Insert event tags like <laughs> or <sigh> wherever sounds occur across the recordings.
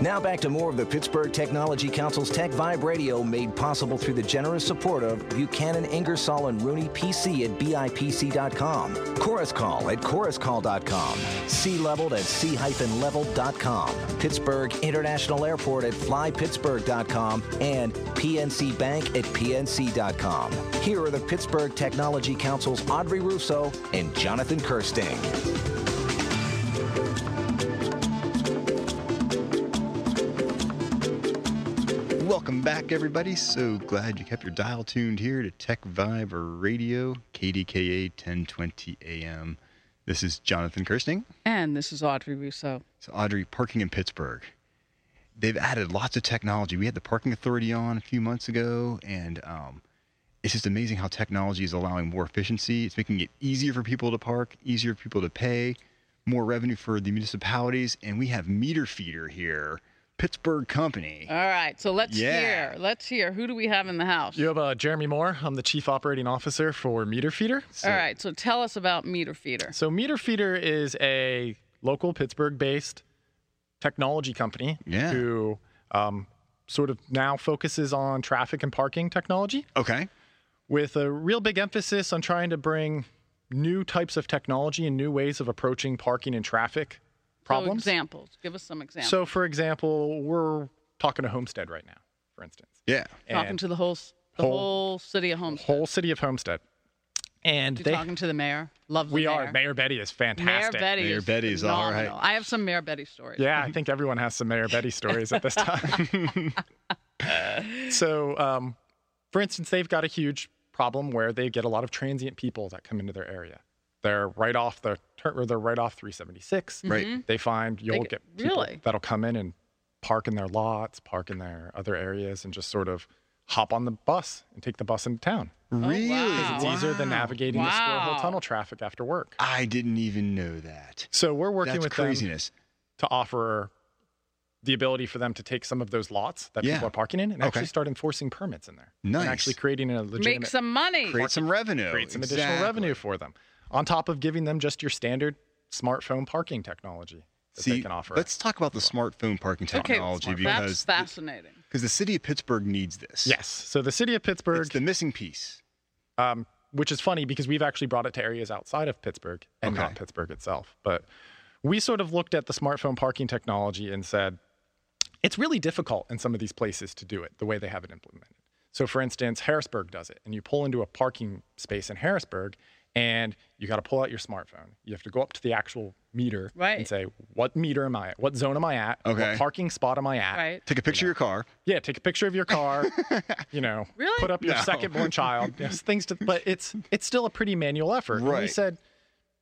Now back to more of the Pittsburgh Technology Council's Tech Vibe Radio, made possible through the generous support of Buchanan, Ingersoll, and Rooney PC at BIPC.com, Chorus Call at ChorusCall.com, Sea Leveled at C-Leveled.com, Pittsburgh International Airport at FlyPittsburgh.com, and PNC Bank at PNC.com. Here are the Pittsburgh Technology Council's Audrey Russo and Jonathan Kirsting. Welcome back, everybody. So glad you kept your dial tuned here to Tech Vibe Radio, KDKA 1020 AM. This is Jonathan Kirsting. And this is Audrey Rousseau. So, Audrey, parking in Pittsburgh. They've added lots of technology. We had the Parking Authority on a few months ago, and um, it's just amazing how technology is allowing more efficiency. It's making it easier for people to park, easier for people to pay, more revenue for the municipalities. And we have Meter Feeder here, Pittsburgh company. All right, so let's Yeah. hear. Let's hear. Who do we have in the house? You have uh, Jeremy Moore. I'm the Chief Operating Officer for Meter Feeder. All right, so tell us about Meter Feeder. So, Meter Feeder is a local Pittsburgh based technology company Yeah. who um, sort of now focuses on traffic and parking technology Okay. with a real big emphasis on trying to bring new types of technology and new ways of approaching parking and traffic So problems. examples. Give us some examples. So, for example, we're talking to Homestead right now, for instance. Yeah. talking And to the whole s- the whole, Whole- city of Homestead. whole city of Homestead. And You're they talking to the mayor. Love the we mayor. are. Mayor Betty is Mayor fantastic. Betty. Mayor is Betty's all right. phenomenal. I have some Mayor Betty stories. Yeah, I think everyone has some Mayor Betty stories <laughs> at this time. so, um, for instance, they've got a huge problem where they get a lot of transient people that come into their area. They're right off the turn, or they're right off 376. Right. They find you'll Mm-hmm. get- get people really? that'll come in and park in their lots, park in their other areas, and just sort of hop on the bus and take the bus into town. Really? Oh, wow. It's easier than navigating the Squirrel Hill Wow. Tunnel traffic after work. I didn't even know that. So we're working That's with them craziness. to offer the ability for them to take some of those lots that Yeah. people are parking in and Okay. actually start enforcing permits in there. Nice. And actually creating a legitimate Make some money. Create some revenue. create some additional Exactly. revenue for them. On top of giving them just your standard smartphone parking technology that See, they can offer. let's talk about the smartphone parking okay, technology that's because fascinating. because the city of Pittsburgh needs this. yes. So the city of Pittsburgh, it's the missing piece. um, which is funny because we've actually brought it to areas outside of Pittsburgh and Okay. not Pittsburgh itself. But we sort of looked at the smartphone parking technology and said, it's really difficult in some of these places to do it the way they have it implemented. So, for instance, Harrisburg does it, and you pull into a parking space in Harrisburg, and you got to pull out your smartphone. You have to go up to the actual meter Right. and say, "What meter am I at? What zone am I at? Okay. What parking spot am I at?" Right. Take a picture of your car. Yeah, take a picture of <laughs> your car. you know, Really? put up your No. second born child. <laughs> Yes, things to, but it's it's still a pretty manual effort. And we Right. said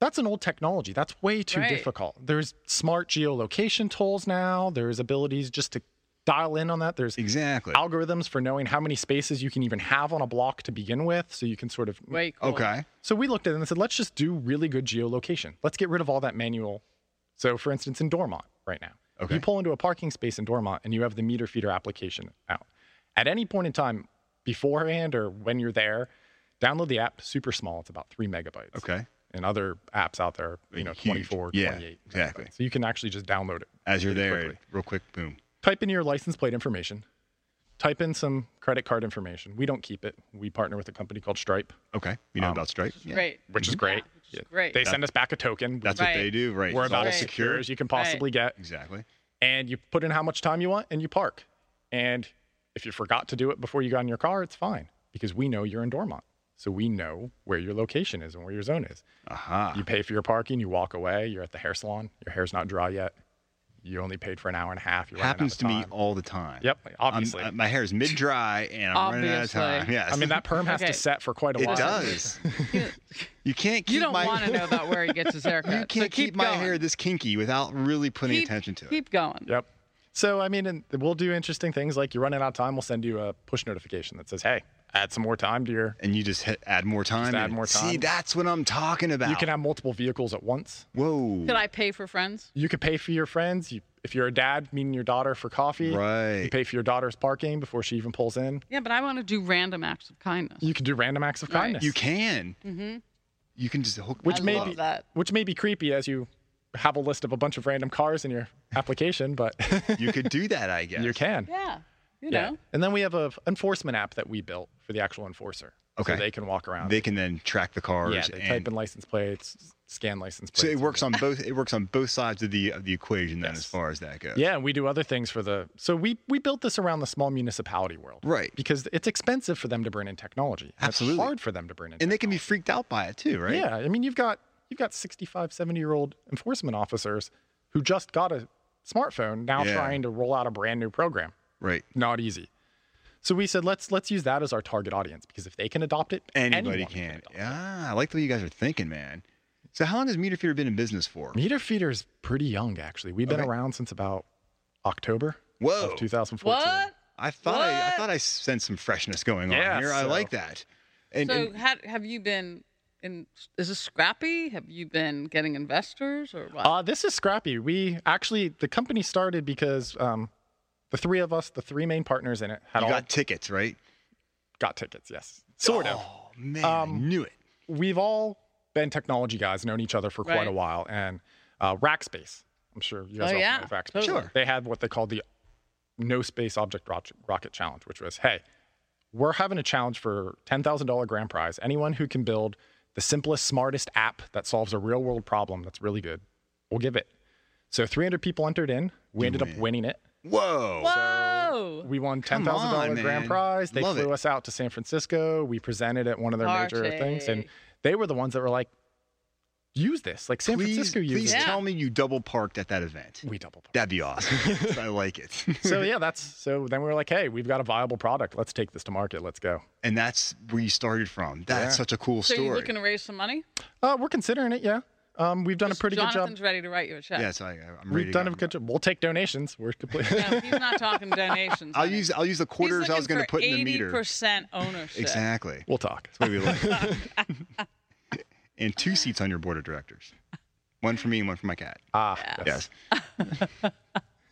that's an old technology. That's way too Right. difficult. There's smart geolocation tools now. There's abilities just to dial in on that. There's Exactly. algorithms for knowing how many spaces you can even have on a block to begin with, so you can sort of. Way cool. okay. So we looked at it and said, let's just do really good geolocation. Let's get rid of all that manual. So, for instance, in Dormont right now, if Okay. you pull into a parking space in Dormont and you have the meter feeder application out. At any point in time, beforehand or when you're there, download the app. Super small. It's about three megabytes. Okay. And other apps out there, you Like know, huge. 24, Yeah, 28. exactly. megabytes. So you can actually just download it. As you're pretty there, quickly real quick, boom. type in your license plate information, type in some credit card information. We don't keep it. We partner with a company called Stripe, Okay. You know Um, about Stripe. Yeah. Great. which is great. which is great. Mm-hmm. They send us back a token. That's Right. what they do. Right. We're It's about all as secure as you can possibly get. Exactly. And you put in how much time you want and you park. And if you forgot to do it before you got in your car, it's fine because we know you're in Dormont. So we know where your location is and where your zone is. Aha. You pay for your parking, you walk away, you're at the hair salon, your hair's not dry yet. you only paid for an hour and a half. You're running out Happens of to me time. all the time. Yep, I'm- obviously. uh, my hair is mid dry and I'm running out of time. Obviously. Yes. I mean, that perm has Okay. to set for quite a it <laughs> while. does. you can't keep You don't my want to know about where he gets his haircut. <laughs> You can't so keep, my going. hair this kinky without really putting Keep- attention to it. Keep going. Yep. So I mean, and we'll do interesting things like you're running out of time. We'll send you a push notification that says, "Hey, add some more time to your." and you just hit add more time. add and- more See, time. that's what I'm talking about. You can have multiple vehicles at once. Whoa. Could I pay for friends? You could pay for your friends. You, if you're a dad, meeting your daughter for coffee. Right. You pay for your daughter's parking before she even pulls in. Yeah, but I want to do random acts of kindness. You can do random acts of kindness. You can. Mm-hmm. You can just hook. which I may love be that. which may be creepy as you have a list of a bunch of random cars in your application, but <laughs> you could do that, I guess. you can. yeah. You Yeah. know. And then we have a f- enforcement app that we built for the actual enforcer. Okay. So they can walk around. They can then track the cars. yeah, they and- type in license plates, s- scan license plates. so it and works they- on both. It works on both sides of the of the equation then, Yes. as far as that goes. Yeah, and we do other things for the. So we we built this around the small municipality world, Right. Because it's expensive for them to bring in technology. and Absolutely. it's hard for them to bring in. And they can be freaked out by it too, right? technology. Yeah, I mean, you've got you've got 65, 70 year old enforcement officers who just got a smartphone now Yeah. trying to roll out a brand new program. Right. Not easy. So we said let's let's use that as our target audience because if they can adopt it, Anybody anyone can. adopt it. Yeah, I like the way you guys are thinking, man. So how long has Meter Feeder been in business for? Meter Feeder is pretty young, actually. We've been Okay. around since about October Whoa. of 2014. What? I thought I, I What? thought I sensed some freshness going on Yeah, here. I so- like that. And, so and- ha have you been in? Is this scrappy? Have you been getting investors or what? Uh, this is scrappy. We actually, the company started because um, the three of us, the three main partners in it, had you all got tickets, right? got tickets. Yes, sort of. Oh man, I Um, knew it. We've all been technology guys, known each other for quite Right. a while, and uh, Rackspace. I'm sure you guys Oh, all yeah. know Rackspace. Totally. Sure. They had what they called the No Space Object Roch- Rocket Challenge, which was, hey, we're having a challenge for $10,000 grand prize. Anyone who can build the simplest, smartest app that solves a real world problem that's really good, we'll give it. So 300 people entered in. We ended up winning it. Whoa. Whoa! We won ten Come thousand on, dollar man. grand prize. They Love flew it. us out to San Francisco. We presented at one of their major Party. things, and they were the ones that were like, "Use this!" Like San please, Francisco uses. please it. Yeah. tell me you double parked at that event. We double parked. That'd be awesome. <laughs> Yes, I like it. So yeah, that's so. Then we were like, "Hey, we've got a viable product. Let's take this to market. Let's go." <laughs> and that's where you started from. That's such a cool So story. you're looking to raise some money? Uh, we're considering it. Yeah, um, we've done a pretty good job. Jonathan's ready to write you a check. yes, I, I'm ready. We've to done go. a good job. We'll take <laughs> donations. We're completely. No, he's not talking donations. I'll honey. use I'll use the He's quarters I was looking going to for put in the meter. 80% ownership. Exactly. we'll talk. That's what we like. <laughs> and two seats on your board of directors. One for me and one for my cat. Ah, Yes. <laughs> That's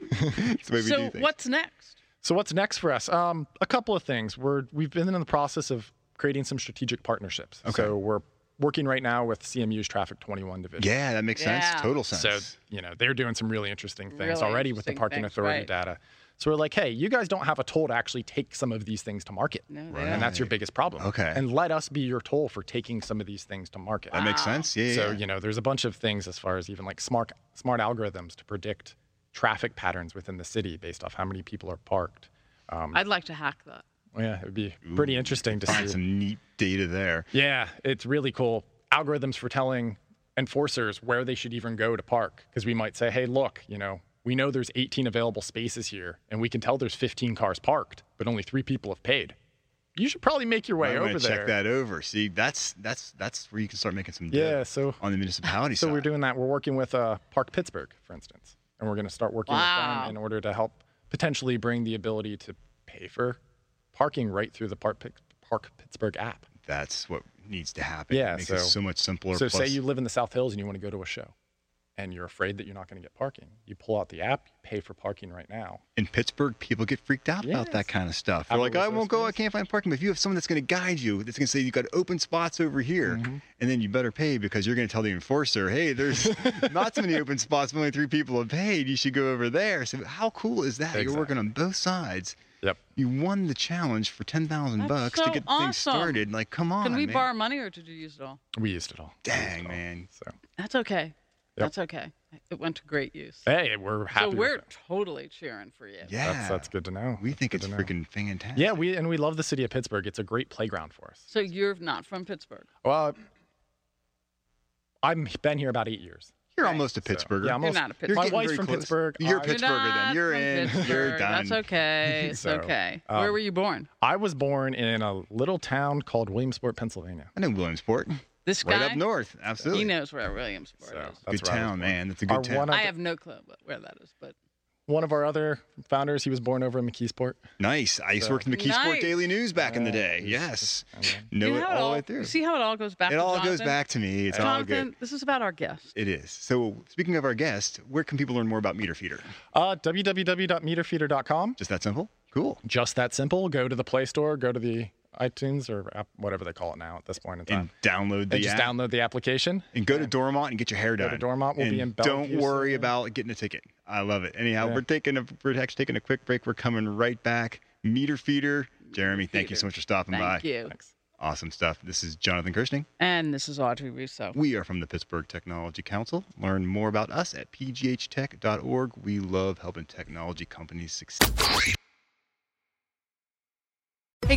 the way we do So things. what's next? So what's next for us? Um, a couple of things. We're we've been in the process of creating some strategic partnerships. Okay. So we're working right now with CMU's Traffic 21 division. Yeah, that makes sense. Yeah. Total So sense. you know they're doing some really interesting things Really already with the interesting parking things, authority right. data. So we're like, hey, you guys don't have a toll to actually take some of these things to market, and that's your biggest problem. Okay. And let us be your toll for taking some of these things to market. that makes sense. Yeah. So yeah. you know, there's a bunch of things as far as even like smart smart algorithms to predict traffic patterns within the city based off how many people are parked. Um, I'd like to hack that. Yeah, it'd be pretty interesting to see. Find some neat data there. yeah, it's really cool. Algorithms for telling enforcers where they should even go to park. Because we might say, hey, look, you know, we know there's 18 available spaces here, and we can tell there's 15 cars parked, but only three people have paid. You should probably make your way I'm over gonna there. check that over. See, that's that's that's where you can start making some dip Yeah, so- on the municipality So side. we're doing that. We're working with uh, Park Pittsburgh, for instance, and we're going to start working with Wow. them in order to help potentially bring the ability to pay for parking right through the Park, Pic- Park Pittsburgh app. that's what needs to happen. Yeah, it makes it so- so much simpler. So plus- say you live in the South Hills and you want to go to a show and you're afraid that you're not going to get parking. You pull out the app, you pay for parking right now. in Pittsburgh, people get freaked out about that Yes. kind of stuff. They're Our like, I won't resource go. I base. can't find parking. But if you have someone that's going to guide you, that's going to say you got open spots over here, Mm-hmm. and then you better pay because you're going to tell the enforcer, <laughs> hey, there's not so many open spots. but Only three people have paid. You should go over there. So how cool is that? You're working on both sides. Yep. You won the challenge for ten thousand That's bucks to so get things awesome. started. Like, come on, Can we man. borrow money or did you use it all? We used it all. We used Dang, it all. man. So That's okay. That's okay. It went to great use. hey, we're happy. so with we're it. totally cheering for you. Yeah, That's, that's good to know. We That's think good it's to know. freaking fantastic. Yeah, we and we love the city of Pittsburgh. It's a great playground for us. So you're not from Pittsburgh. Well, I've been here about eight years. You're almost a So, Pittsburgher. yeah, I'm almost, not a You're My getting wife's very from close. Pittsburgh. You're a I- You're Pittsburgher then. not You're from in. You're Pittsburgh. done. That's <laughs> okay. It's So, okay. um, Where were you born? I was born in a little town called Williamsport, Pennsylvania. I know Williamsport. This Right guy. up north. Absolutely. He knows where Williamsport So is. that's good where I was town, born. man. That's a good Our town. one I other- have no clue about where that is, but one of our other founders, he was born over in McKeesport. Nice. I used to work in the McKeesport Nice. Daily News back in the day. Yes. Know You it how all right there. See how it all goes back. It to all goes Jonathan? back to me. It's all Jonathan, good. this is about our guest. It is. So, speaking of our guest, where can people learn more about Meter Feeder? Uh, www.meterfeeder.com. Just that simple? Cool. Just that simple. Go to the Play Store, go to the iTunes or app, whatever they call it now at this point in time. And download the and just app. download the application. and go to Dormont and get your hair Go done. to Dormont. We'll and be in Don't Bellevue worry soon. about getting a ticket. I love it. Anyhow, Yeah. we're taking a we're actually taking a quick break. We're coming right back. Meter feeder. Jeremy, thank you so much for stopping by. Thank you. Awesome stuff. This is Jonathan Kirsting. And this is Audrey Russo. We are from the Pittsburgh Technology Council. Learn more about us at pghtech.org. We love helping technology companies succeed. Hey